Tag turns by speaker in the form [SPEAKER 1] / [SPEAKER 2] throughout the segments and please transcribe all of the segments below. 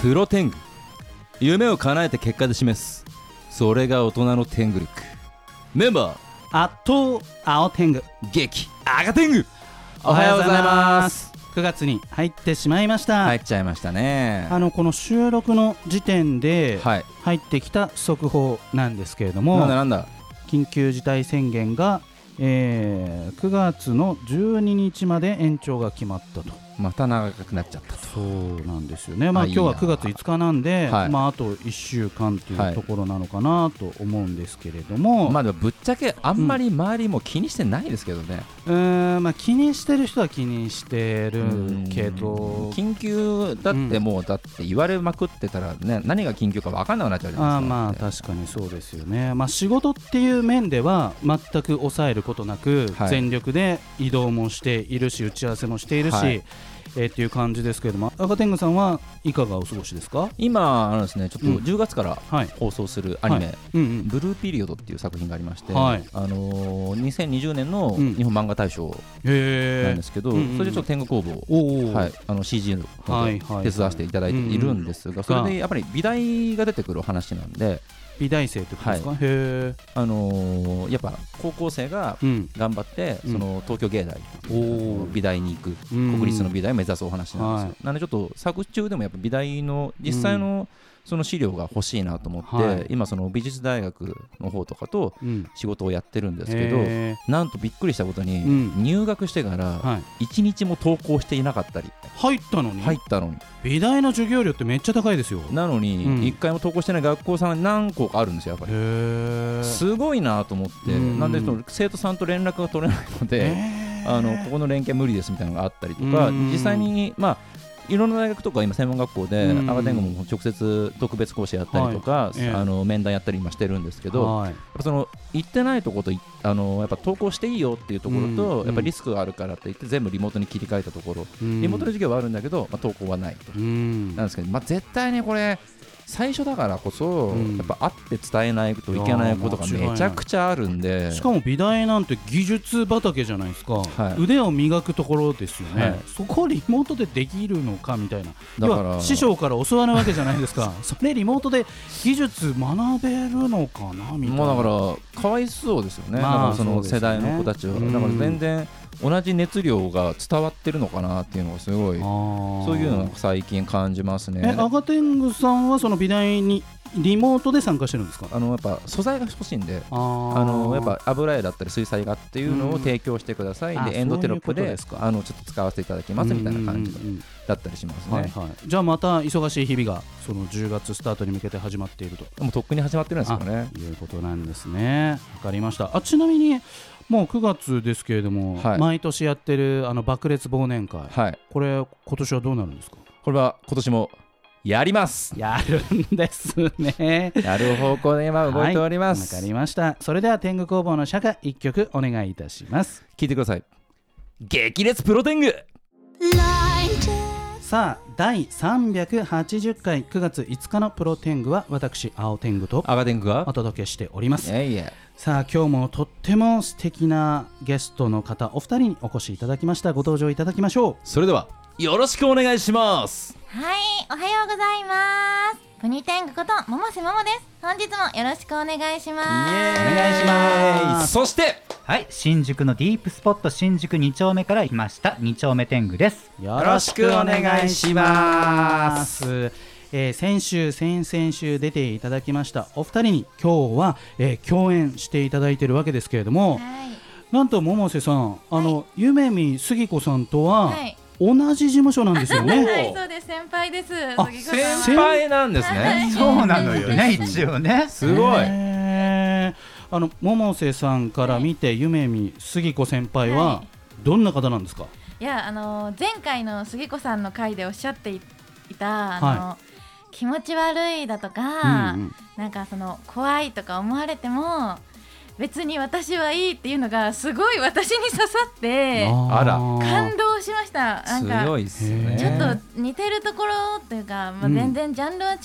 [SPEAKER 1] プロテング夢を叶えて結果で示すそれが大人の天狗力メンバー
[SPEAKER 2] 圧倒青天狗
[SPEAKER 1] 激赤天狗おはようございます
[SPEAKER 2] 9月に入ってしまいました、
[SPEAKER 1] 入っちゃいましたね
[SPEAKER 2] あのこの収録の時点で
[SPEAKER 1] はい
[SPEAKER 2] 入ってきた速報なんですけれど
[SPEAKER 1] なん
[SPEAKER 2] も
[SPEAKER 1] だなんだ
[SPEAKER 2] 緊急事態宣言が、えー9月の12日まで延長が決まったと
[SPEAKER 1] また長くなっちゃったと
[SPEAKER 2] そうなんですよね、まあ
[SPEAKER 1] あいい
[SPEAKER 2] 今
[SPEAKER 1] な
[SPEAKER 2] 日は9月5日なんで、
[SPEAKER 1] はい
[SPEAKER 2] まあ、あと1週間とい
[SPEAKER 1] は
[SPEAKER 2] う
[SPEAKER 1] い
[SPEAKER 2] ところなのかなと思うんですけれども、
[SPEAKER 1] まあでもぶっちゃけあんまり周りも気にしてないですけどね、
[SPEAKER 2] うーんまあ、気にしてる人は気にしてるけど、
[SPEAKER 1] 緊急だってもうだって言われまくってたらね何が緊急か分かんなくなっちゃうじゃ
[SPEAKER 2] あ
[SPEAKER 1] な
[SPEAKER 2] あ
[SPEAKER 1] いですか
[SPEAKER 2] ま
[SPEAKER 1] だ
[SPEAKER 2] あ
[SPEAKER 1] って
[SPEAKER 2] 確かにそうですよね、まあ、仕事っていう面では全く抑えることなく、
[SPEAKER 1] はい
[SPEAKER 2] 全力で移動もしているし打ち合わせもしているし、
[SPEAKER 1] はい
[SPEAKER 2] えーっていう感じですけれども赤天狗さんはいかがお過ごしですか
[SPEAKER 1] 今あのですねちょっと
[SPEAKER 2] うん
[SPEAKER 1] 10月から
[SPEAKER 2] はい、
[SPEAKER 1] 放送するアニメ、
[SPEAKER 2] はうんうん、
[SPEAKER 1] ブルーピリオドっていう作品がありまして、
[SPEAKER 2] はい
[SPEAKER 1] あのー2020年の
[SPEAKER 2] うん
[SPEAKER 1] 日本漫画大賞なん
[SPEAKER 2] へ
[SPEAKER 1] で
[SPEAKER 2] え
[SPEAKER 1] すけど、
[SPEAKER 2] うんうんうん
[SPEAKER 1] それでちょっと天狗工房、
[SPEAKER 2] おお、
[SPEAKER 1] はい、あの CG の方
[SPEAKER 2] はい
[SPEAKER 1] で
[SPEAKER 2] はいはい
[SPEAKER 1] 手伝わせていただいているんですが、それ
[SPEAKER 2] うんう
[SPEAKER 1] で
[SPEAKER 2] ん
[SPEAKER 1] やっぱり美大が出てくるお話なんで、
[SPEAKER 2] 美大生ってことですか、へえ、
[SPEAKER 1] あのーやっぱ高校生が
[SPEAKER 2] うん、
[SPEAKER 1] 頑張って、
[SPEAKER 2] うん
[SPEAKER 1] その東京芸大、
[SPEAKER 2] おー
[SPEAKER 1] 美大に行く、
[SPEAKER 2] 国
[SPEAKER 1] 国立の美大を目指すお話なんですよ。なんでちょっと作中でもやっぱ美大の実際のその資料が欲しいなと思って、
[SPEAKER 2] はい
[SPEAKER 1] 今その美術大学の方とかと
[SPEAKER 2] うん
[SPEAKER 1] 仕事をやってるんですけど、
[SPEAKER 2] へ
[SPEAKER 1] なんとびっくりしたことに、
[SPEAKER 2] うん
[SPEAKER 1] 入学してから
[SPEAKER 2] ーはい、
[SPEAKER 1] 1日も登校していなかったり
[SPEAKER 2] 入ったのに、
[SPEAKER 1] 入ったのに
[SPEAKER 2] 美大の授業料ってめっちゃ高いですよへ
[SPEAKER 1] なのに
[SPEAKER 2] うん
[SPEAKER 1] 1回も登校してない学校さんが何校かあるんですよやっぱり。
[SPEAKER 2] え
[SPEAKER 1] すごいなと思って、
[SPEAKER 2] うん
[SPEAKER 1] なんでその生徒さんと連絡が取れないので、
[SPEAKER 2] えー
[SPEAKER 1] あのここの連携無理ですみたいなのがあったりとか、
[SPEAKER 2] うん
[SPEAKER 1] 実際に、まあ、いろんな大学とか今、専門学校で、
[SPEAKER 2] うん
[SPEAKER 1] 赤天狗も直接特別講師やったりとか、
[SPEAKER 2] いええ
[SPEAKER 1] あの面談やったり今してるんですけど、やっ
[SPEAKER 2] はい
[SPEAKER 1] ぱその行ってないところといあのやっぱ登校していいよっていうところと、
[SPEAKER 2] うん
[SPEAKER 1] やっぱリスクがあるからって言って全部リモートに切り替えたところ、
[SPEAKER 2] うん
[SPEAKER 1] リモートの授業はあるんだけど、まあ、登校はないと、
[SPEAKER 2] うん
[SPEAKER 1] なんですけど、まあ、絶対ねこれ最初だからこそ、
[SPEAKER 2] うん
[SPEAKER 1] やっぱ会って伝えないといけないことが
[SPEAKER 2] いやー間違いない
[SPEAKER 1] めちゃくちゃあるんで。
[SPEAKER 2] しかも美大なんて技術畑じゃないですか、
[SPEAKER 1] はい
[SPEAKER 2] 腕を磨くところですよね、
[SPEAKER 1] はい
[SPEAKER 2] そこをリモートでできるのかみたいな
[SPEAKER 1] だから
[SPEAKER 2] 要は師匠から教わるわけじゃないで すかそれリモートで技術学べるのかなみたいな
[SPEAKER 1] もうだからかわいそうですよね、
[SPEAKER 2] まあ
[SPEAKER 1] だからその世代の子たちは、
[SPEAKER 2] そうです
[SPEAKER 1] だ
[SPEAKER 2] ね
[SPEAKER 1] から全然同じ熱量が伝わってるのかなっていうのがすごい
[SPEAKER 2] あー
[SPEAKER 1] そういうのが最近感じます
[SPEAKER 2] え
[SPEAKER 1] ね
[SPEAKER 2] 赤天狗さんはその美大にリモートで参加してるんですか
[SPEAKER 1] あのやっぱ素材が欲しいんで
[SPEAKER 2] あ
[SPEAKER 1] あのやっ
[SPEAKER 2] ぱ
[SPEAKER 1] ぱ油絵だったり水彩画っていうのを提供してください、
[SPEAKER 2] うんあ
[SPEAKER 1] でエンドテロップ
[SPEAKER 2] そういう
[SPEAKER 1] で
[SPEAKER 2] ことですか
[SPEAKER 1] あのちょっと使わせていただきますみたいな感じだったりしますね、
[SPEAKER 2] はいはい、じゃあまた忙しい日々がその10月スタートに向けて始まっていると
[SPEAKER 1] もうとっくに始まってるんですよね
[SPEAKER 2] いうことなんですね。わかりました。あちなみにもう9月ですけれども、
[SPEAKER 1] はい
[SPEAKER 2] 毎年やってるあの爆裂忘年会、
[SPEAKER 1] はい
[SPEAKER 2] これ今年はどうなるんですか。
[SPEAKER 1] これは今年もやり ます
[SPEAKER 2] やるんですね。
[SPEAKER 1] やる方向で今動いておりま
[SPEAKER 2] わ
[SPEAKER 1] す、
[SPEAKER 2] かりました。それでは天狗工房の社歌一曲お願いいたします。
[SPEAKER 1] 聞いてください激烈プロテング
[SPEAKER 2] さあ第380回9月5日のプロ天狗は私青天狗と
[SPEAKER 1] 赤天狗が
[SPEAKER 2] お届けしております
[SPEAKER 1] い。やいや
[SPEAKER 2] さあ今日もとっても素敵なゲストの方お二人にお越しいただきましたご登場いただきましょ
[SPEAKER 1] それではよろしくお願いします
[SPEAKER 3] はい、おはようございます。プニテングこと百瀬ももです。本日もよろしくお願いします。
[SPEAKER 2] お願いします
[SPEAKER 1] そして
[SPEAKER 4] はい、新宿のディープスポット新宿2丁目から来ました2丁目天狗です。
[SPEAKER 2] う、
[SPEAKER 1] よろしくお願いします
[SPEAKER 2] えー先週先々週出ていただきましたお二人に今日は、えー共演していただいてるわけですけれども
[SPEAKER 3] はい、
[SPEAKER 2] なんと百瀬さんあの、ゆめみすぎこさんとは
[SPEAKER 3] はい
[SPEAKER 2] 同じ事務所なんですよね、
[SPEAKER 3] はい、そうです。先輩です。
[SPEAKER 2] あ
[SPEAKER 3] 杉子さんは
[SPEAKER 1] 先輩なんです
[SPEAKER 3] は
[SPEAKER 1] ね
[SPEAKER 3] い
[SPEAKER 4] そうなのよね、一応ね。
[SPEAKER 1] すごい
[SPEAKER 2] へーあの百瀬さんから見て、ゆめみ杉子先輩は
[SPEAKER 3] は
[SPEAKER 2] どんな方なんですか、
[SPEAKER 3] いや、あの前回の杉子さんの回でおっしゃっていた、あの。気持ち悪いだとか、
[SPEAKER 2] うんうん
[SPEAKER 3] なんかその怖いとか思われても。別に私はいいっていうのがすごい私に刺さって
[SPEAKER 1] あら
[SPEAKER 3] 感動しましたなんか
[SPEAKER 1] 強いっすよね
[SPEAKER 3] ちょっと似てるところというか、ま
[SPEAKER 2] う
[SPEAKER 3] あ、
[SPEAKER 2] ん
[SPEAKER 3] 全然ジャンルは違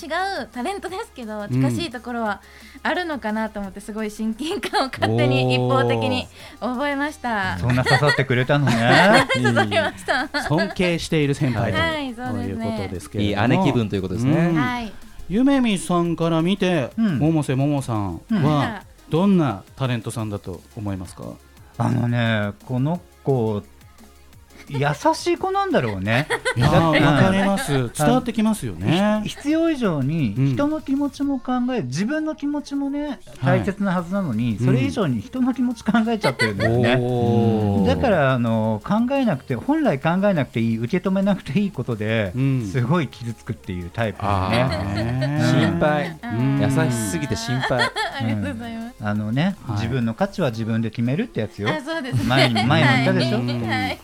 [SPEAKER 3] うタレントですけど近しいところはあるのかなと思ってすごい親近感を勝手に一
[SPEAKER 1] おー
[SPEAKER 3] 方的に覚えました。
[SPEAKER 4] そんな刺さってくれたのね
[SPEAKER 1] いい
[SPEAKER 3] 刺さりました。
[SPEAKER 2] 尊敬している先輩と,、
[SPEAKER 3] はいそうですね
[SPEAKER 2] いうことですけれ
[SPEAKER 1] いい
[SPEAKER 2] ども
[SPEAKER 1] 姉貴分ということですね、
[SPEAKER 2] うん
[SPEAKER 3] はい。
[SPEAKER 2] ゆめみさんから見て、
[SPEAKER 4] うん
[SPEAKER 2] 百瀬ももさんはどんなタレントさんだと思いますか、
[SPEAKER 4] あのねこの子優しい子なんだろうね
[SPEAKER 2] いや
[SPEAKER 4] だっ
[SPEAKER 2] ー
[SPEAKER 4] て
[SPEAKER 2] わかります伝わってきますよね
[SPEAKER 4] ひ必要以上に
[SPEAKER 2] うん
[SPEAKER 4] 人の気持ちも考え、自分の気持ちもね
[SPEAKER 2] はい
[SPEAKER 4] 大切なはずなのに、
[SPEAKER 2] うん
[SPEAKER 4] それ以上に人の気持ち考えちゃってるんだよね。
[SPEAKER 2] おー
[SPEAKER 4] だからあの考えなくて本来考えなくていい受け止めなくていいことで、
[SPEAKER 2] うん
[SPEAKER 4] すごい傷つくっていうタイプだよね。
[SPEAKER 2] ね
[SPEAKER 1] 心配
[SPEAKER 2] うん
[SPEAKER 1] 優しすぎて心配
[SPEAKER 3] ありがとうございます。
[SPEAKER 4] あのね、
[SPEAKER 2] はい
[SPEAKER 4] 自分の価値は自分で決めるってやつよ。
[SPEAKER 3] あ、そうですね。
[SPEAKER 4] 前に前も言ったでしょ
[SPEAKER 3] はい
[SPEAKER 2] うん
[SPEAKER 3] はい。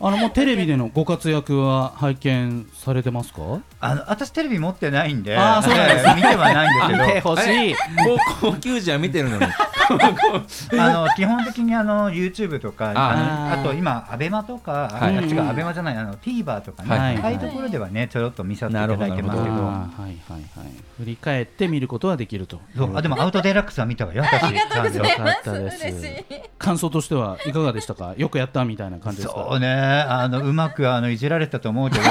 [SPEAKER 2] あのもうテレビでのご活躍は拝見されてますか
[SPEAKER 4] あの私テレビ持ってないんで、
[SPEAKER 2] あーそうなんです
[SPEAKER 4] 見てはないんですけど。
[SPEAKER 2] ほ
[SPEAKER 1] しい 高校球児は見てるのに
[SPEAKER 4] あの基本的にあの YouTube と
[SPEAKER 1] あ
[SPEAKER 4] かあ
[SPEAKER 2] ー
[SPEAKER 4] のあと今アベマとか、
[SPEAKER 1] はい
[SPEAKER 4] あ違うアベマじゃないあの TVer とかね、
[SPEAKER 1] はい
[SPEAKER 4] ああいうところではねちょろっと見させていただいて
[SPEAKER 2] あ
[SPEAKER 4] ま
[SPEAKER 2] ー
[SPEAKER 4] すけ
[SPEAKER 1] なるほど
[SPEAKER 4] ど。
[SPEAKER 2] はいはいはい振り返って見ることはできると
[SPEAKER 4] そうあでもアウトデラックスは見たわよ、私。
[SPEAKER 3] ありがとうございま。
[SPEAKER 1] よかったですす
[SPEAKER 3] 嬉しい。
[SPEAKER 2] 感想としてはいかがでしたかよくやったみたいな感じですか
[SPEAKER 4] そうね、あのうまくあのいじられたと思うけど、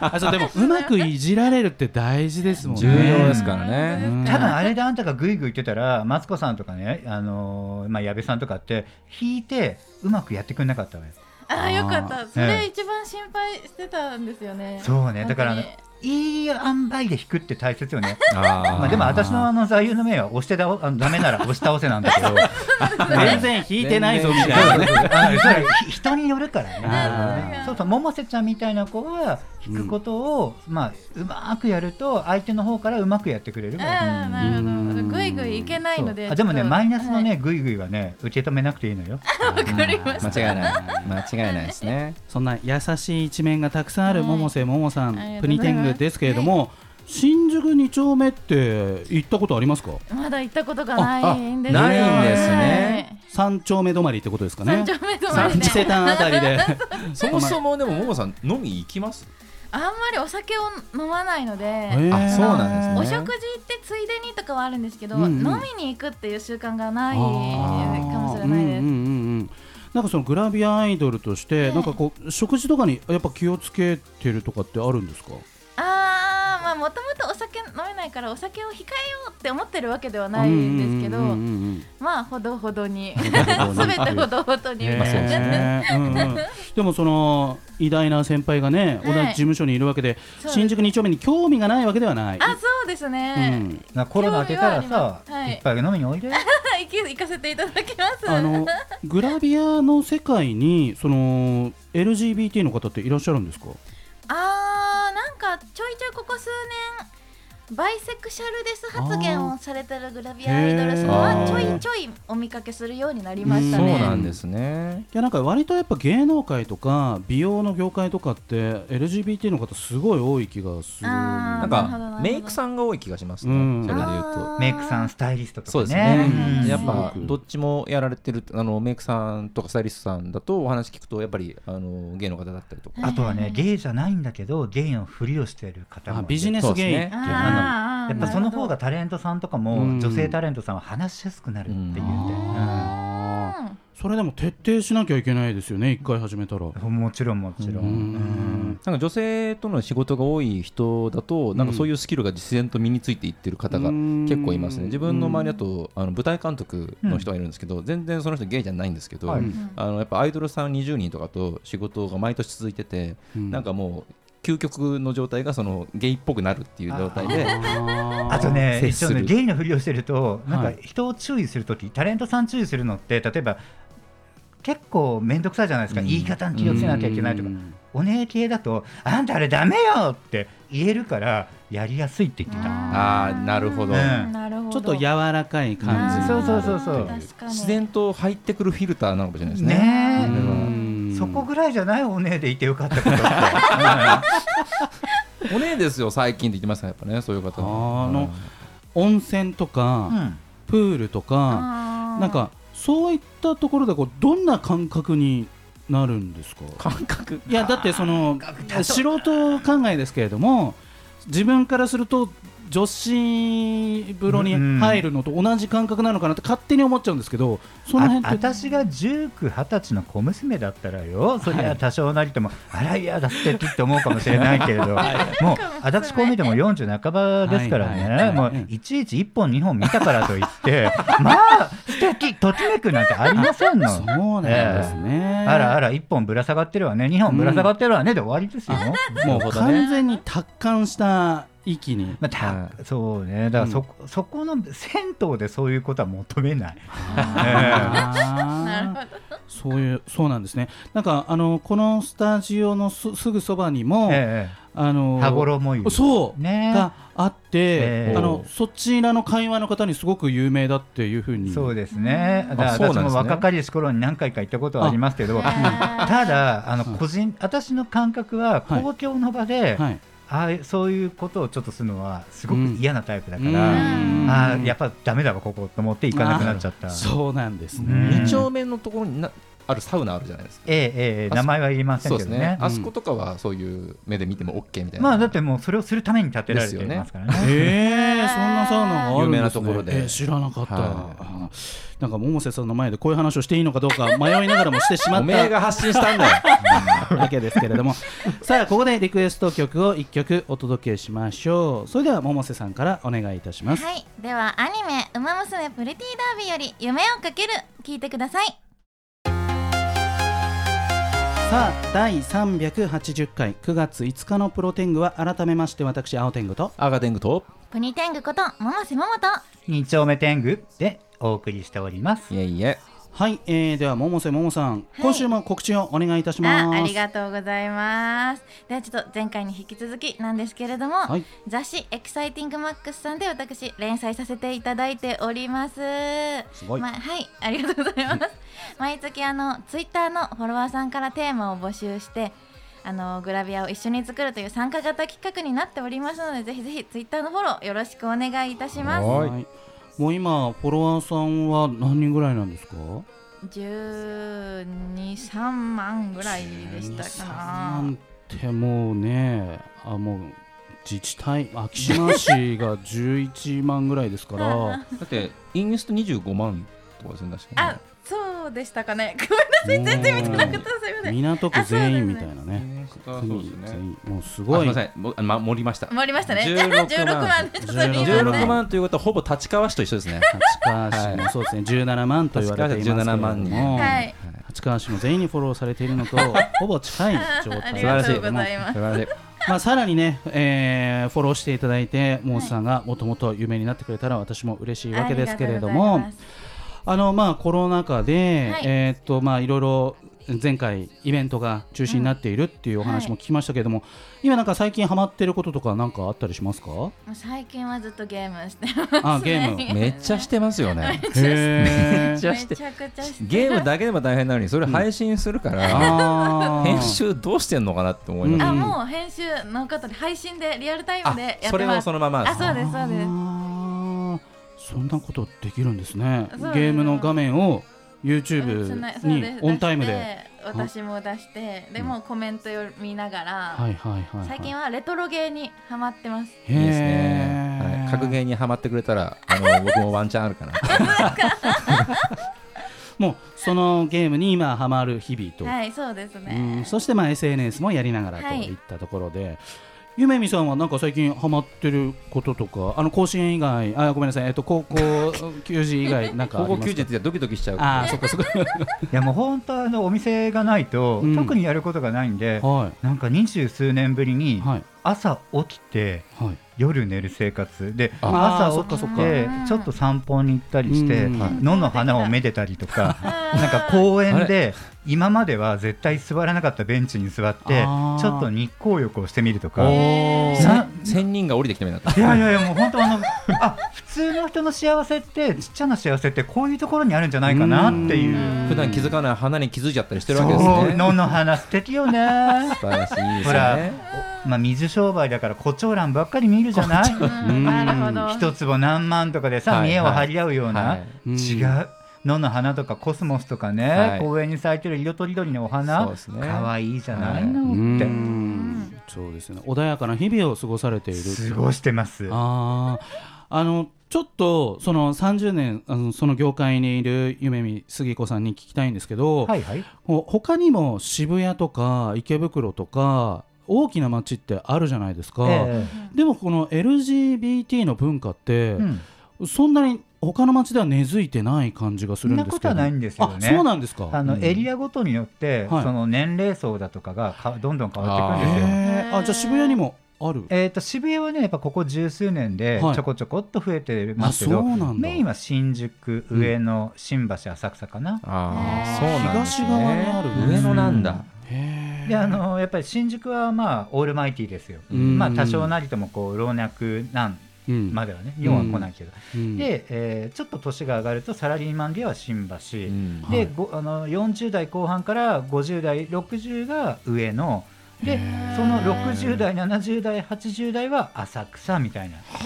[SPEAKER 2] あそうでもうまくいじられるって大事ですもんね
[SPEAKER 1] 重要ですからね、
[SPEAKER 2] うん
[SPEAKER 4] 多分あれであんたがグイグイ言ってたら、マツコさんとかね、あのまあ矢部さんとかって引いてうまくやってくれなかったわよ。
[SPEAKER 3] あ
[SPEAKER 2] あー
[SPEAKER 3] ーよかった。それ一番心配してたんですよね。
[SPEAKER 4] そうね、だからあの
[SPEAKER 3] 本
[SPEAKER 4] いい塩梅で引くって大切よね。
[SPEAKER 1] あー
[SPEAKER 4] まあでも私のあの座右の銘は押してだあのダメなら押し倒せな んだけど。
[SPEAKER 2] 全然引いてないぞみたいな
[SPEAKER 1] ね
[SPEAKER 4] あのそれひ人によるから
[SPEAKER 2] あ
[SPEAKER 4] ね。そうそう、百瀬ちゃんみたいな子は、聞くことを、まあ、うまくやると、相手の方からうまくやってくれる
[SPEAKER 3] 当に
[SPEAKER 4] か
[SPEAKER 3] あ
[SPEAKER 4] ら。
[SPEAKER 3] ーなるほ
[SPEAKER 2] う
[SPEAKER 3] ど。
[SPEAKER 2] ん
[SPEAKER 3] ぐいぐいいけないので。
[SPEAKER 4] あでも
[SPEAKER 3] ち
[SPEAKER 4] ね、
[SPEAKER 3] ょっと
[SPEAKER 4] マイナスの
[SPEAKER 3] は
[SPEAKER 4] ね、
[SPEAKER 3] い
[SPEAKER 4] ぐいぐいはね、受け止めなくていいのよ。
[SPEAKER 3] わかりました。
[SPEAKER 1] 間違いない間違いないですね
[SPEAKER 2] そんな優しい一面がたくさんある
[SPEAKER 3] はい
[SPEAKER 2] 百瀬ももさ
[SPEAKER 3] あ
[SPEAKER 2] ん、
[SPEAKER 3] りがとうございます
[SPEAKER 2] プニテングですけれども、新宿二丁目って行ったことありますか？
[SPEAKER 3] まだ行ったことがないんですよ
[SPEAKER 1] ああないんですね。
[SPEAKER 2] 三丁目止まりってことですか
[SPEAKER 3] はい
[SPEAKER 2] ね
[SPEAKER 3] 三。丁目とまで
[SPEAKER 2] 三
[SPEAKER 3] ね。
[SPEAKER 2] 世丹あたり で。
[SPEAKER 1] そもそもでもももさん飲み行きます
[SPEAKER 3] あんまりお酒を飲まないので。
[SPEAKER 1] あそうなん
[SPEAKER 3] お
[SPEAKER 1] ですね
[SPEAKER 3] 食事行ってついでにとかはあるんですけど、
[SPEAKER 2] うんうん
[SPEAKER 3] 飲みに行くっていう習慣がないか
[SPEAKER 2] あー
[SPEAKER 3] もしれないで
[SPEAKER 2] うん
[SPEAKER 3] す
[SPEAKER 2] う。んうんうんなんかそのグラビアアイドルとして、
[SPEAKER 3] ええ
[SPEAKER 2] なんかこう食事とかにやっぱ気をつけてるとかってあるんですか？
[SPEAKER 3] あーまあもともとお酒飲めないからお酒を控えようって思ってるわけではないんですけど、
[SPEAKER 2] うんうんうんう ん
[SPEAKER 3] まあほどほどに
[SPEAKER 2] ほど
[SPEAKER 3] す
[SPEAKER 2] に
[SPEAKER 3] べてほどほどにみ
[SPEAKER 1] まあ
[SPEAKER 3] た
[SPEAKER 1] そう
[SPEAKER 3] い
[SPEAKER 1] で
[SPEAKER 3] な
[SPEAKER 1] す
[SPEAKER 2] ねうんうんでもその偉大な先輩がね、同じ事務所にいるわけで、
[SPEAKER 3] そう
[SPEAKER 2] 新宿二丁目に興味がないわけではない。
[SPEAKER 3] あそうです
[SPEAKER 2] う
[SPEAKER 3] ね、
[SPEAKER 2] ん
[SPEAKER 4] なコロナ明けたらさ、
[SPEAKER 3] 興味はありますはい
[SPEAKER 4] いっぱい飲みにおいで。
[SPEAKER 3] 行き行かせていただきます
[SPEAKER 2] あのグラビアの世界にその LGBT の方っていらっしゃるんですか？
[SPEAKER 3] あーなんかちょいちょいここ数年バイセクシャルです発言をされてるグラビアアイドルさん
[SPEAKER 1] あーへ
[SPEAKER 3] は
[SPEAKER 1] ー
[SPEAKER 3] ちょいちょいお見かけするようになりました
[SPEAKER 1] そう
[SPEAKER 3] ね。
[SPEAKER 1] なんですね
[SPEAKER 2] いやなんか割とやっぱ芸能界とか美容の業界とかって LGBT の方すごい多い気がする。
[SPEAKER 1] な
[SPEAKER 3] あ
[SPEAKER 1] ん
[SPEAKER 3] なるほどなるほ
[SPEAKER 1] か
[SPEAKER 3] ど
[SPEAKER 1] メイクさんが多い気がします
[SPEAKER 2] う
[SPEAKER 1] ね
[SPEAKER 2] ん
[SPEAKER 1] それで言うと
[SPEAKER 3] あー
[SPEAKER 4] メイクさん、スタイリストとか
[SPEAKER 1] そう
[SPEAKER 4] ね。
[SPEAKER 1] ですね、
[SPEAKER 3] うん
[SPEAKER 1] やっぱどっちもやられてるあのメイクさんとかスタイリストさんだとお話聞くとやっぱりあの芸の方だったりとか
[SPEAKER 4] あとはね、ゲイじゃないんだけど、ゲイのふりをしてる方もい
[SPEAKER 2] あ
[SPEAKER 4] て。
[SPEAKER 2] ビジネ
[SPEAKER 1] そ
[SPEAKER 2] ス
[SPEAKER 1] うです
[SPEAKER 2] ゲイって
[SPEAKER 1] ね
[SPEAKER 2] いう
[SPEAKER 3] あー
[SPEAKER 4] やっぱその方がタレントさんとか
[SPEAKER 2] うん
[SPEAKER 4] も女性タレントさんは話しやすくなるっていうんで、う
[SPEAKER 2] あ
[SPEAKER 3] うん
[SPEAKER 2] ーそれでも徹底しなきゃいけないですよね一回始めたら。
[SPEAKER 4] んもちろんもちろ
[SPEAKER 2] う
[SPEAKER 4] ん、うん
[SPEAKER 2] ん
[SPEAKER 1] なんか女性との仕事が多い人だとなんかそういうスキルが自然と身についていってる方が
[SPEAKER 2] うん
[SPEAKER 1] 結構いますね自分の周りだとあの舞台監督の人がいるんですけど全然その人ゲイじゃないんですけど、
[SPEAKER 4] はい
[SPEAKER 1] あのやっぱアイドルさん20人とかと仕事が毎年続いてて、
[SPEAKER 2] うん
[SPEAKER 1] なんかもう究極の状態がそのゲイっぽくなるっていう状態で
[SPEAKER 4] あとね
[SPEAKER 1] 接
[SPEAKER 4] 一
[SPEAKER 1] す
[SPEAKER 4] 応
[SPEAKER 1] る
[SPEAKER 4] ねゲイのふりをしてるとなん
[SPEAKER 2] は
[SPEAKER 4] か
[SPEAKER 2] い
[SPEAKER 4] 人を注意するとき、タレントさん注意するのって例えば結構面倒くさいじゃないですか、
[SPEAKER 1] うん
[SPEAKER 4] 言い方に気をつけなきゃいけないとか、
[SPEAKER 2] うん
[SPEAKER 4] お姉系だと「あんたあれダメよ!」って言えるからやりやすいって言ってた、
[SPEAKER 1] ああなるほど、
[SPEAKER 4] ね
[SPEAKER 3] なるほど
[SPEAKER 2] ちょっと柔らかい感じ。
[SPEAKER 4] そうそうそうそう
[SPEAKER 3] あー確かに
[SPEAKER 1] 自然と入ってくるフィルターなのかもしれないですね
[SPEAKER 4] ね
[SPEAKER 1] うん
[SPEAKER 4] え
[SPEAKER 2] うん
[SPEAKER 4] そこぐらいじゃないお姉でいてよかったこと って、
[SPEAKER 1] おねえですよ最近って言ってますからやっぱねそういう方
[SPEAKER 2] あの温泉とか、
[SPEAKER 4] うん
[SPEAKER 2] プールとか、
[SPEAKER 3] あー
[SPEAKER 2] なんかそういったところでこうどんな感覚になるんですか
[SPEAKER 1] 感覚
[SPEAKER 2] いやだってその素人考えですけれども自分からすると女子風呂に入るのと同じ感覚なのかなって勝手に思っちゃうんですけどその
[SPEAKER 4] あ
[SPEAKER 2] 辺って
[SPEAKER 4] 私が19、20歳の小娘だったらよ、それは多少なりとも、あら、いや、だってって思うかもしれないけれど、もう私、こう見ても40半ばですからね、
[SPEAKER 2] はいはい
[SPEAKER 4] もういちいち1本、2本見たからといって、 まあ、素敵ときめくなんてありませんの。
[SPEAKER 2] そうなんですね、
[SPEAKER 4] あらあら、1本ぶら下がってるわね、2本ぶら下がってるわね、で終わりですよ。
[SPEAKER 2] もう
[SPEAKER 1] なるほどね
[SPEAKER 2] 完全に達観した域に
[SPEAKER 4] まあた
[SPEAKER 1] は
[SPEAKER 4] そうね、だからそ,、そこの銭湯でそういうことは求めない。
[SPEAKER 3] なるほど
[SPEAKER 2] そういうそうなんですねなんかあのこのスタジオのすすぐそばにも、
[SPEAKER 4] え
[SPEAKER 2] あ
[SPEAKER 4] え
[SPEAKER 2] の
[SPEAKER 4] 羽衣湯
[SPEAKER 2] そう、
[SPEAKER 4] ね
[SPEAKER 2] があって、
[SPEAKER 4] え
[SPEAKER 1] え
[SPEAKER 2] あのそちらの会話の方にすごく有名だっていうふうに
[SPEAKER 4] そうですね、だから
[SPEAKER 1] あそうなん
[SPEAKER 4] 私
[SPEAKER 1] ですね
[SPEAKER 4] も若かりし頃に何回か行ったことはありますけど、ただ、あの
[SPEAKER 2] はい
[SPEAKER 4] 個人、私の感覚は
[SPEAKER 2] はい
[SPEAKER 4] 公共の場で、
[SPEAKER 2] はい、
[SPEAKER 4] ああいうそういうことをちょっとするのはすごく
[SPEAKER 2] うん
[SPEAKER 4] 嫌なタイプだか
[SPEAKER 2] う
[SPEAKER 4] ら、
[SPEAKER 2] ん
[SPEAKER 4] ああやっぱダメだわ、ここと思って行かなくなっちゃった。
[SPEAKER 2] そうなんです
[SPEAKER 4] うん
[SPEAKER 2] ね
[SPEAKER 1] 2丁目のところになあるサウナあるじゃないですか
[SPEAKER 4] ええええ名前は言いません
[SPEAKER 1] そう
[SPEAKER 4] け
[SPEAKER 1] です
[SPEAKER 4] ど
[SPEAKER 1] ね
[SPEAKER 4] ね。
[SPEAKER 1] あそことかはそういう目で見ても OK みたいな、
[SPEAKER 4] まあだってもうそれをするために建てられていますからね。
[SPEAKER 2] えー、そんなサウナがあるんです、ね、
[SPEAKER 1] 有名なところで
[SPEAKER 2] えー知らなかった、
[SPEAKER 1] は
[SPEAKER 2] あーなんか百瀬さんの前でこういう話をしていいのかどうか迷いながらもしてしま
[SPEAKER 1] お
[SPEAKER 2] っ
[SPEAKER 1] めえ
[SPEAKER 2] た
[SPEAKER 1] が発信したんだ よ
[SPEAKER 2] わけですけれどもさあここでリクエスト曲を1曲お届けしましょうそれでは百瀬さんからお願いいたします、
[SPEAKER 3] はい、ではアニメ「ウマ娘プリティダービー」より「夢をかける」聞いてください
[SPEAKER 2] さあ第380回9月5日のプロテングは改めまして私青天狗と
[SPEAKER 1] 赤天狗と
[SPEAKER 3] プニテングこと百瀬桃と
[SPEAKER 4] 二丁目天狗でお送りしております。
[SPEAKER 1] いえいえ
[SPEAKER 2] はい、えー、では百瀬桃さん、今週も告知をお願いいたします
[SPEAKER 3] あありがとうございますではちょっと前回に引き続きなんですけれども、
[SPEAKER 2] はい
[SPEAKER 3] 雑誌「エキサイティングマックス」さんで私連載させていただいております
[SPEAKER 2] すごい
[SPEAKER 3] まはいありがとうございます毎月あのツイッターのフォロワーさんからテーマを募集してあのグラビアを一緒に作るという参加型企画になっておりますのでぜひぜひツイッターのフォローよろしくお願いいたします
[SPEAKER 1] はい
[SPEAKER 2] もう今フォロワーさんは何人ぐらいなんですか
[SPEAKER 3] 123万ぐらいでしたか
[SPEAKER 2] な
[SPEAKER 3] なん
[SPEAKER 2] てもうねあもう自治体昭島市が11万ぐらいですから
[SPEAKER 1] だ ってインスタ25万とかですね確か
[SPEAKER 3] あそうでしたかねごめんなさい全然見てなかったすいません
[SPEAKER 2] 港区全員みたいな
[SPEAKER 1] に
[SPEAKER 2] ね
[SPEAKER 1] インスタそう
[SPEAKER 2] 国
[SPEAKER 1] です
[SPEAKER 2] 全
[SPEAKER 1] ね
[SPEAKER 2] 員もうす
[SPEAKER 1] あ
[SPEAKER 2] ご
[SPEAKER 1] す
[SPEAKER 2] い
[SPEAKER 1] みませんもあ、ま、盛りました
[SPEAKER 3] 盛りましたね
[SPEAKER 1] 16
[SPEAKER 3] 16万でしたすみません
[SPEAKER 1] 16万ということはほぼ立川市と一緒です ね
[SPEAKER 2] 立川市もそうですね17万と言われていますけれど
[SPEAKER 1] 立川市17万人
[SPEAKER 2] も
[SPEAKER 3] はい
[SPEAKER 2] 立川市も全員にフォローされているのとほぼ近い状
[SPEAKER 3] あ
[SPEAKER 2] 態
[SPEAKER 3] り
[SPEAKER 1] 素晴
[SPEAKER 3] が
[SPEAKER 1] らし
[SPEAKER 3] とうございます
[SPEAKER 1] 素晴らしい
[SPEAKER 2] まあ、さらにね、えーフォローしていただいて、モースさんがもともと有名になってくれたら、私も嬉しいわけですけれど
[SPEAKER 3] あり
[SPEAKER 2] も
[SPEAKER 3] がとうございま。す
[SPEAKER 2] あの、まあ、コロナ禍で、
[SPEAKER 3] はい
[SPEAKER 2] えーっと、まあ、いろいろ。前回イベントが中止になっているっていうお話も聞きましたけれども、今なんか最近ハマってることとかなんかあったりしますか？
[SPEAKER 3] もう最近はずっとゲームしてま
[SPEAKER 2] あ、
[SPEAKER 3] す
[SPEAKER 2] ゲーム。へ
[SPEAKER 1] めっちゃしてますよ ね
[SPEAKER 2] え。
[SPEAKER 1] ちゃして
[SPEAKER 3] めちゃくちゃして
[SPEAKER 1] ゲームだけでも大変なのにそれ配信するから、
[SPEAKER 2] あー
[SPEAKER 1] 編集どうしてんのかなって思います、
[SPEAKER 2] う
[SPEAKER 3] あ
[SPEAKER 2] ん
[SPEAKER 3] もう編集のことで配信でリアルタイムでやってます
[SPEAKER 1] あそれもそのまま
[SPEAKER 3] あそうですそうで
[SPEAKER 2] あ
[SPEAKER 3] す
[SPEAKER 2] ーそんなことできるんですね
[SPEAKER 3] そうです
[SPEAKER 2] ゲームの画面を
[SPEAKER 3] つ
[SPEAKER 2] YouTube
[SPEAKER 3] なそうで
[SPEAKER 2] に
[SPEAKER 3] す
[SPEAKER 2] オンタイムで
[SPEAKER 3] 出して私も出してでもうコメントを見ながら、
[SPEAKER 2] はいはいはい、はい、
[SPEAKER 3] 最近はレトロゲーにハマってます
[SPEAKER 2] い
[SPEAKER 1] いいですね、はい、格ゲーにはまってくれたらあの僕もワンチャンあるかな
[SPEAKER 2] もうそのゲームに今ハマる日々と、
[SPEAKER 3] はいそうです
[SPEAKER 2] う
[SPEAKER 3] ね
[SPEAKER 2] んそしてまあ SNS もやりながらと
[SPEAKER 3] はい
[SPEAKER 2] いったところで、ゆめみさんはなんか最近ハマってることとかあの甲子園以外あごめんなさいえっと高校球児以外なんかあ
[SPEAKER 1] 高
[SPEAKER 2] り
[SPEAKER 1] 校
[SPEAKER 2] ま
[SPEAKER 1] 球
[SPEAKER 2] す
[SPEAKER 1] 児って言ったらドキドキしちゃうから
[SPEAKER 2] あーそっかそっか
[SPEAKER 4] いやもう本当あのお店がないと、
[SPEAKER 2] うん
[SPEAKER 4] 特にやることがないんで、
[SPEAKER 2] は
[SPEAKER 4] なんか二十数年ぶり
[SPEAKER 2] い
[SPEAKER 4] に
[SPEAKER 2] はい
[SPEAKER 4] 朝起きて
[SPEAKER 2] はい
[SPEAKER 4] 夜寝る生活で
[SPEAKER 2] あー
[SPEAKER 4] 朝
[SPEAKER 2] そっか
[SPEAKER 4] 起
[SPEAKER 2] そっ
[SPEAKER 4] き
[SPEAKER 2] か
[SPEAKER 4] てちょっと散歩に行ったりして
[SPEAKER 2] うん
[SPEAKER 4] はい野の花をめでたりとか。
[SPEAKER 3] な
[SPEAKER 4] なんか公園で今までは絶対座らなかったベンチに座ってち
[SPEAKER 2] あー
[SPEAKER 4] ょっと日光浴をしてみるとか
[SPEAKER 2] おー
[SPEAKER 4] な
[SPEAKER 1] 千人が降りてきたみたいになっ
[SPEAKER 4] いやいやいやもう本当あの あ普通の人の幸せってちっちゃな幸せってこういうところにあるんじゃないかなっていう
[SPEAKER 1] た
[SPEAKER 2] ん
[SPEAKER 1] 普段気づかない花に気づいちゃったりしてるわけです
[SPEAKER 4] そ
[SPEAKER 1] ね
[SPEAKER 4] う野の花素敵よね
[SPEAKER 1] 素晴らしいです
[SPEAKER 4] ほ
[SPEAKER 1] よ
[SPEAKER 4] ら
[SPEAKER 1] ね
[SPEAKER 4] まあ、水商売だから胡蝶蘭ばっかり見るじゃない
[SPEAKER 3] うんなるほど
[SPEAKER 4] 一坪何万とかでさ、
[SPEAKER 1] はい
[SPEAKER 4] 見栄を張り合うような、
[SPEAKER 1] はい
[SPEAKER 2] うん
[SPEAKER 4] 違う野の花とかコスモスとかね、
[SPEAKER 1] はい
[SPEAKER 4] 公園に咲いてる色とりどりのお
[SPEAKER 1] そう
[SPEAKER 4] 花
[SPEAKER 1] ですね
[SPEAKER 4] 可愛、いいじゃない
[SPEAKER 1] はい
[SPEAKER 4] の
[SPEAKER 2] う
[SPEAKER 4] って、
[SPEAKER 2] んそうですね穏やかな日々を過ごされている
[SPEAKER 4] 過ごしてます。
[SPEAKER 2] あああのちょっとその30年あのその業界にいる夢見杉子さんに聞きたいんですけど、
[SPEAKER 4] はいはい、
[SPEAKER 2] ほ他にも渋谷とか池袋とか大きな街ってあるじゃないですか、
[SPEAKER 4] え
[SPEAKER 2] でもこの LGBT の文化って
[SPEAKER 4] え、うん
[SPEAKER 2] そんなに他の街では根付いてない感じがするんですけど
[SPEAKER 4] そんなことはないんですよね
[SPEAKER 2] あそうなんですか
[SPEAKER 4] あの
[SPEAKER 1] うん
[SPEAKER 4] エリアごとによって、
[SPEAKER 2] はい
[SPEAKER 4] その年齢層だとかがかどんどん変わっていくんですよ。
[SPEAKER 2] へーあじゃあ渋谷にもある
[SPEAKER 4] えー、と渋谷はねやっぱここ十数年で
[SPEAKER 2] はい
[SPEAKER 4] ちょこちょこっと増えてま
[SPEAKER 2] あそ
[SPEAKER 4] すけど、
[SPEAKER 2] うなんだ
[SPEAKER 4] メインは新宿上野新橋浅草かな、
[SPEAKER 1] ああ、そう
[SPEAKER 3] ね
[SPEAKER 1] なんですね
[SPEAKER 2] 東側にある
[SPEAKER 1] 上野なんだ。
[SPEAKER 2] へー
[SPEAKER 4] であのやっぱり新宿はまあオールマイティーですよ、
[SPEAKER 2] うん
[SPEAKER 4] まあ、多少なりともこう老若男
[SPEAKER 2] うん
[SPEAKER 4] まではね日本は来ないけど、
[SPEAKER 2] うん
[SPEAKER 4] で、えーちょっと年が上がるとサラリーマンでは新橋、
[SPEAKER 1] うん
[SPEAKER 2] はい
[SPEAKER 4] で、ごあの40代後半から50代60が上野でその60代70代80代は浅草みたいなって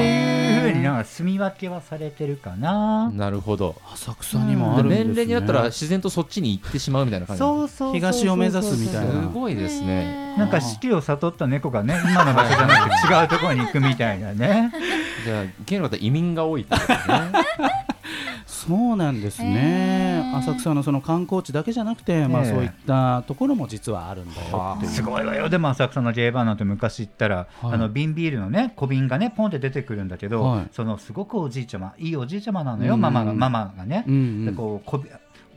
[SPEAKER 4] いうふうになんか住み分けはされてるかな。
[SPEAKER 1] なるほど。
[SPEAKER 2] 浅草にもあるんです、ね、
[SPEAKER 1] 年齢になったら自然とそっちに行ってしまうみたいな感じ。
[SPEAKER 4] そうそうそうそう
[SPEAKER 2] 東を目指すみたいな
[SPEAKER 1] すごいですね。
[SPEAKER 4] なんか四季を悟った猫がね 今の場所じゃなくて違うところに行くみたいなね。
[SPEAKER 1] じゃあ、ゲイの方移民が多いってことですね。
[SPEAKER 2] そうなんですね、
[SPEAKER 3] へー
[SPEAKER 2] 浅草のその観光地だけじゃなくて、まあ、
[SPEAKER 4] ええ
[SPEAKER 2] そういったところも実はあるんだよっていう
[SPEAKER 4] すごいわよでも浅草のゲイバーなんて昔行ったら、
[SPEAKER 2] はい
[SPEAKER 4] あの瓶ビールのね小瓶がねポンって出てくるんだけど、
[SPEAKER 2] はい
[SPEAKER 4] そのすごくおじいちゃまいいおじいちゃまなのよ、
[SPEAKER 2] うん
[SPEAKER 4] ママがママがね、
[SPEAKER 2] うんうん
[SPEAKER 4] でこう小瓶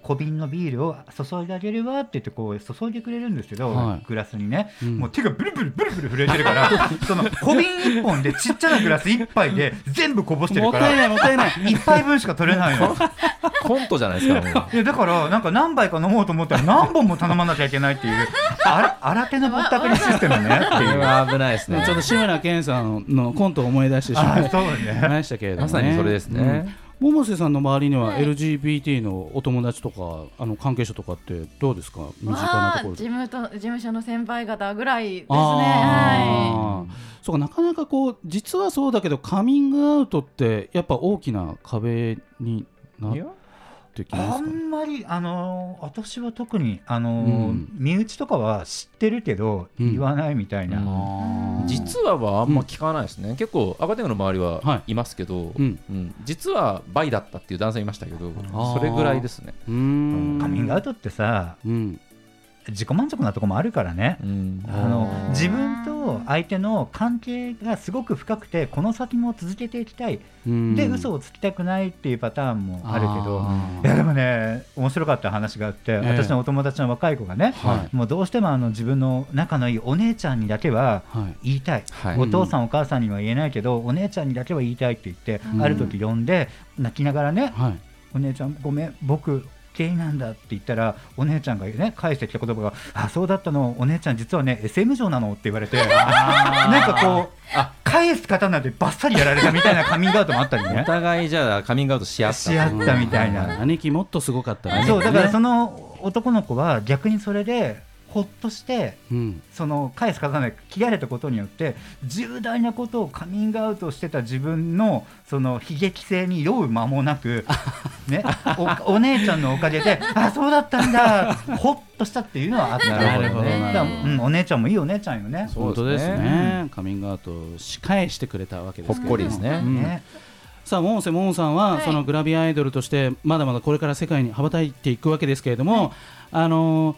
[SPEAKER 4] 小瓶のビールを注いであげるわって言ってこう注いでくれるんですけど、
[SPEAKER 2] はい
[SPEAKER 4] グラスにね、
[SPEAKER 2] うん
[SPEAKER 4] もう手がブルブルブルブル震えてるから その小瓶1本でちっちゃなグラス1杯で全部こぼして
[SPEAKER 2] も
[SPEAKER 4] る
[SPEAKER 2] っ
[SPEAKER 4] か
[SPEAKER 2] たい
[SPEAKER 4] ら
[SPEAKER 2] ないもったいない
[SPEAKER 4] 1杯分しか取れないの。
[SPEAKER 1] コントじゃないです か、もう。
[SPEAKER 4] いやだからなんか何杯か飲もうと思ったら何本も頼まなきゃいけないっていうあら新手のぼったくりシステムねって
[SPEAKER 1] こ
[SPEAKER 4] い
[SPEAKER 1] れ
[SPEAKER 4] う。
[SPEAKER 1] は危ないですね
[SPEAKER 2] ち。ょっと志村けんさんのコントを思い出してしま
[SPEAKER 4] あ
[SPEAKER 2] い
[SPEAKER 4] そうね。
[SPEAKER 2] ましたけれども、
[SPEAKER 1] ま
[SPEAKER 2] ね、
[SPEAKER 1] さにそれですね。
[SPEAKER 2] うん、百瀬さんの周りには
[SPEAKER 3] はい
[SPEAKER 2] LGBT のお友達とかあの関係者とかってどうですか身近なところ
[SPEAKER 3] 事
[SPEAKER 2] で。
[SPEAKER 3] 務と事務所の先輩方ぐらいですね。
[SPEAKER 2] あ
[SPEAKER 3] は
[SPEAKER 2] ーそうかなかなかこう実はそうだけどカミングアウトってやっぱ大きな壁になっ
[SPEAKER 1] いや
[SPEAKER 2] てきま
[SPEAKER 4] あ
[SPEAKER 2] すかね。
[SPEAKER 4] んまりあのー私は特にあのー
[SPEAKER 2] うん
[SPEAKER 4] 身内とかは知ってるけど
[SPEAKER 2] うん
[SPEAKER 4] 言わないみたいな。
[SPEAKER 1] うん
[SPEAKER 2] あー
[SPEAKER 1] 実ははあんま聞かないですね。結構、アカデミーの周り
[SPEAKER 2] は
[SPEAKER 1] はいますけど
[SPEAKER 2] う、ん
[SPEAKER 1] うん実はバイだったっていう男性いましたけど、
[SPEAKER 2] あー
[SPEAKER 1] それぐらいですね。
[SPEAKER 2] うーん
[SPEAKER 4] カミングアウトってさ
[SPEAKER 2] うん
[SPEAKER 4] 自己満足なとこもあるからね。
[SPEAKER 1] うん
[SPEAKER 4] あの自分と相手の関係がすごく深くてこの先も続けていきたい
[SPEAKER 2] うん
[SPEAKER 4] で嘘をつきたくないっていうパターンもあるけど、
[SPEAKER 2] あ
[SPEAKER 4] い
[SPEAKER 2] ー
[SPEAKER 4] やでもね面白かった話があって、
[SPEAKER 2] え
[SPEAKER 4] 私のお友達の若い子がね、
[SPEAKER 2] は
[SPEAKER 4] もうどうしてもあの自分の仲のいいお姉ちゃんにだけは
[SPEAKER 2] はい
[SPEAKER 4] 言いたい、
[SPEAKER 1] はい
[SPEAKER 4] お父さんお母さんには言えないけどお姉ちゃんにだけは言いたいって言って、
[SPEAKER 2] うん
[SPEAKER 4] ある時呼んで泣きながらね、
[SPEAKER 2] はい
[SPEAKER 4] お姉ちゃんごめん僕ゲイなんだって言ったらお姉ちゃんがね返してきた言葉があそうだったのお姉ちゃん実はね SM 嬢なのって言われてなんかこう
[SPEAKER 1] あ
[SPEAKER 4] 返す方なんでバッサリやられたみたいなカミングアウトもあったり
[SPEAKER 1] お
[SPEAKER 4] ね
[SPEAKER 1] 互いじゃあカミングアウトし合った
[SPEAKER 4] し合ったみたいな。
[SPEAKER 2] 兄貴もっとすごかったね。
[SPEAKER 4] そうだからその男の子は逆にそれでほっとして
[SPEAKER 2] うん
[SPEAKER 4] その返す方で切られたことによって重大なことをカミングアウトしてた自分のその悲劇性に酔う間も なく、ね、おお姉ちゃんのおかげで「あそうだったんだ」ほっとしたっていうのはあった
[SPEAKER 1] なるほど
[SPEAKER 4] ね
[SPEAKER 1] な
[SPEAKER 4] だ
[SPEAKER 1] る
[SPEAKER 4] か
[SPEAKER 1] ほ
[SPEAKER 4] らう
[SPEAKER 1] ど
[SPEAKER 4] ん、お姉ちゃんもいいお姉ちゃんよね。
[SPEAKER 1] そう
[SPEAKER 2] 本
[SPEAKER 1] です
[SPEAKER 2] 当
[SPEAKER 1] ね
[SPEAKER 2] ですね。カミングアウトを仕返してくれたわけですけれども。
[SPEAKER 1] ほっこりですね
[SPEAKER 2] うん
[SPEAKER 4] ね
[SPEAKER 2] さあモンセモンさんは、
[SPEAKER 3] はい
[SPEAKER 2] そのグラビアアイドルとしてまだまだこれから世界に羽ばたいていくわけですけれども、あのー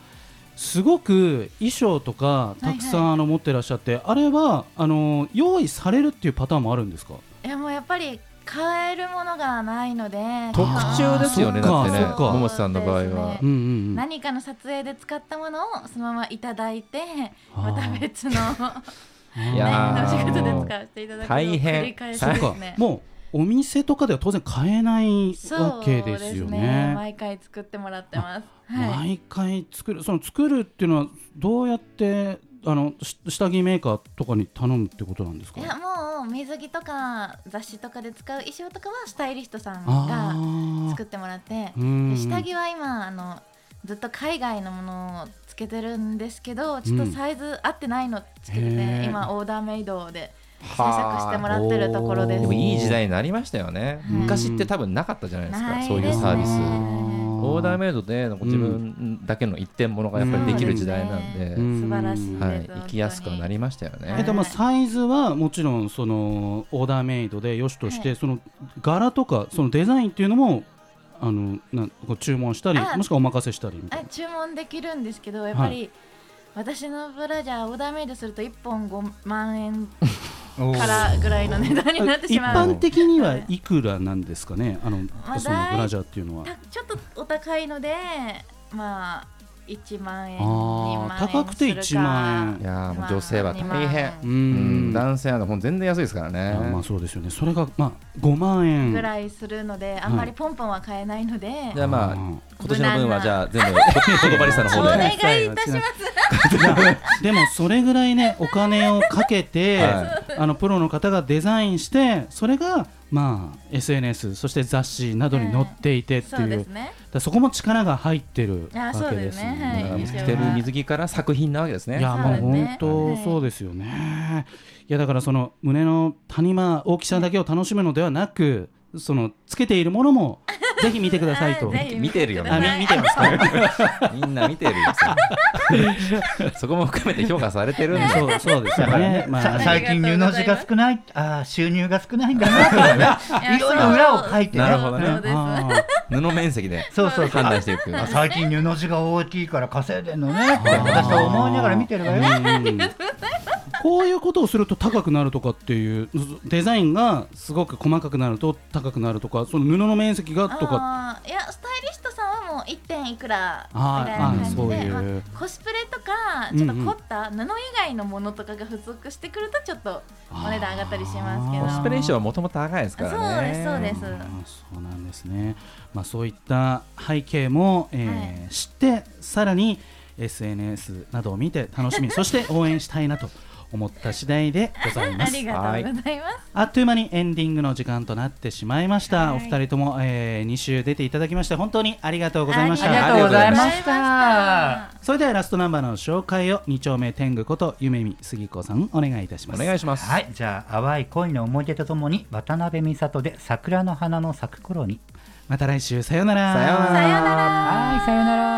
[SPEAKER 2] すごく衣装とかたくさん、
[SPEAKER 3] は
[SPEAKER 2] あの持ってらっしゃってあれはあのー用意されるっていうパターンもあるんですか
[SPEAKER 3] い。いやもうやっぱり買えるものがないので
[SPEAKER 1] 特注ですよね、
[SPEAKER 2] あー
[SPEAKER 1] だってね、
[SPEAKER 2] そっか
[SPEAKER 1] 桃瀬さんの場合
[SPEAKER 3] そうです
[SPEAKER 1] は
[SPEAKER 3] ね。
[SPEAKER 2] うんうんうん
[SPEAKER 3] 何かの撮影で使ったものをそのままいただいて
[SPEAKER 2] あー
[SPEAKER 3] また 別の
[SPEAKER 1] いや
[SPEAKER 3] の仕
[SPEAKER 1] ー
[SPEAKER 3] 事で使わせていただくのを
[SPEAKER 1] 大変
[SPEAKER 3] 繰り返し
[SPEAKER 2] そ
[SPEAKER 3] で
[SPEAKER 2] うか
[SPEAKER 3] すね。
[SPEAKER 2] もうお店とかでは当然買えない
[SPEAKER 3] そ
[SPEAKER 2] わ
[SPEAKER 3] う
[SPEAKER 2] けですよね。
[SPEAKER 3] 毎回作ってもらってます。はい。
[SPEAKER 2] 毎回作るその作るっていうのはどうやってあのし下着メーカーとかに頼むってことなんですか
[SPEAKER 3] いやもう水着とか雑誌とかで使う衣装とかはスタイリストさん
[SPEAKER 2] あ
[SPEAKER 3] が
[SPEAKER 2] ー
[SPEAKER 3] 作ってもらって
[SPEAKER 2] うんうん
[SPEAKER 3] で下着は今あのずっと海外のものをつけてるんですけどちょっとサイズ合ってないのつけてて、
[SPEAKER 2] へー
[SPEAKER 3] 今オーダーメイドで制作してもらってるところで
[SPEAKER 2] はあ
[SPEAKER 3] す
[SPEAKER 1] でもいい時代になりましたよね、
[SPEAKER 3] うん
[SPEAKER 1] 昔って多分なかったじゃないですか、
[SPEAKER 3] ない
[SPEAKER 1] そういうサービス
[SPEAKER 3] ですね
[SPEAKER 1] オーダーメイドでなんか自分だけの一点物がやっぱりできる時代なんで、
[SPEAKER 3] 素晴らしいです、
[SPEAKER 1] はい、行きやすくはなりましたよ
[SPEAKER 3] は
[SPEAKER 2] えっ
[SPEAKER 1] ね
[SPEAKER 3] い。
[SPEAKER 2] とまあサイズはもちろんそのオーダーメイドでよしとして、
[SPEAKER 3] は
[SPEAKER 2] その柄とかそのデザインっていうのもあのなんこう注文したり
[SPEAKER 3] あ
[SPEAKER 2] もしくはお任せしたりみたい
[SPEAKER 3] あ
[SPEAKER 2] な。
[SPEAKER 3] 注文できるんですけどやっぱり、私のブラジャーオーダーメイドすると1本5万円からぐらいの値段になってし
[SPEAKER 2] 一
[SPEAKER 3] まう
[SPEAKER 2] 般的にはいくらなんですかね、あの
[SPEAKER 3] まあ
[SPEAKER 2] そのブラジャーっていうのは。
[SPEAKER 3] たちょっとお高いのでまあ1万円
[SPEAKER 2] あー
[SPEAKER 3] 2万円
[SPEAKER 2] 高くて1万円
[SPEAKER 1] いやーもう女性は大変、
[SPEAKER 2] う
[SPEAKER 1] うん
[SPEAKER 2] ん、
[SPEAKER 1] 男性はねほん全然安いですから
[SPEAKER 2] い
[SPEAKER 1] ね
[SPEAKER 2] や。まあそうですよね。それがまあ5万円
[SPEAKER 3] ぐらいするのであんまりポンポンは買えないので、
[SPEAKER 1] じゃあまあ
[SPEAKER 2] うん
[SPEAKER 1] 今年の分はじゃあ全部言葉バリスタの
[SPEAKER 3] お
[SPEAKER 1] 方
[SPEAKER 3] 願
[SPEAKER 1] で。
[SPEAKER 3] いいたします
[SPEAKER 2] でもそれぐらいねお金をかけて、
[SPEAKER 1] は
[SPEAKER 2] あのプロの方がデザインしてそれがまあ SNS そして雑誌などに載っていてって
[SPEAKER 3] そう
[SPEAKER 2] い
[SPEAKER 3] で
[SPEAKER 2] う
[SPEAKER 3] す、ね
[SPEAKER 2] だからそこも力が入ってる
[SPEAKER 3] あー
[SPEAKER 2] わけですもん
[SPEAKER 3] そうだよねはい
[SPEAKER 1] 着
[SPEAKER 3] 一応
[SPEAKER 1] てる水着から作品なわけですね。
[SPEAKER 2] いやもう
[SPEAKER 3] そうだね
[SPEAKER 2] 本当そうですよね、い、やだからその胸の谷間大きさだけを楽しむのではなくそのつけているものもぜひ見てくださ いと
[SPEAKER 3] あーぜひ
[SPEAKER 1] 見てるよね
[SPEAKER 3] ください
[SPEAKER 2] あみ見てますか
[SPEAKER 1] みんな見てるよ。それそこも含めて評価されてるんで。
[SPEAKER 2] そうそうですよね、ま
[SPEAKER 4] さ
[SPEAKER 2] あ、
[SPEAKER 4] 最近芸能人が少ないあー収入が少ないんだなとか ね
[SPEAKER 3] や
[SPEAKER 4] いろいろ裏を書いて
[SPEAKER 1] なる
[SPEAKER 4] ね
[SPEAKER 1] ほどね
[SPEAKER 3] そうです
[SPEAKER 2] あー
[SPEAKER 1] 布面積で
[SPEAKER 4] そうそうそう
[SPEAKER 1] 判断していく。
[SPEAKER 4] あ最近布地が大きいから稼いでんのねって私は思いながら見てるわよ
[SPEAKER 2] うんこういうことをすると高くなるとかっていうデザインがすごく細かくなると高くなるとかその布の面積がとか
[SPEAKER 3] あーいやスタイリストさんはもう1点いくらみ
[SPEAKER 2] あー
[SPEAKER 3] たいな感じで
[SPEAKER 2] あーそういう
[SPEAKER 3] まあコスプレとかちょっと凝った布以外のものとかが付属してくるとちょっとお値段上がったりしますけど
[SPEAKER 1] コスプレ衣装はもともと高いです
[SPEAKER 3] そ
[SPEAKER 1] か
[SPEAKER 3] う
[SPEAKER 1] ら
[SPEAKER 3] で
[SPEAKER 1] ね。
[SPEAKER 3] すそうです
[SPEAKER 2] あーそうなんですね、まあ、そういった背景も、えー知ってさらに SNS などを見て楽 しみそして応援したいなと思った次第でございま
[SPEAKER 3] あ
[SPEAKER 2] す
[SPEAKER 3] りがとうございます
[SPEAKER 2] あっという間にエンディングの時間となってしまいました、
[SPEAKER 3] はい
[SPEAKER 2] お二人とも、え2週出ていただきまして本当にありがとうございました
[SPEAKER 1] ありがとうございました
[SPEAKER 3] あ
[SPEAKER 2] それではラストナンバーの紹介を二丁目天狗ことゆめみ杉子さんお願いいたしま
[SPEAKER 1] お
[SPEAKER 2] す
[SPEAKER 1] 願いします。
[SPEAKER 4] はいじゃあ淡い恋の思い出とともに渡辺美里で桜の花の咲く頃に
[SPEAKER 2] また来週さようなら
[SPEAKER 1] さような
[SPEAKER 3] りがとうございましたさようなら
[SPEAKER 4] はいさようなら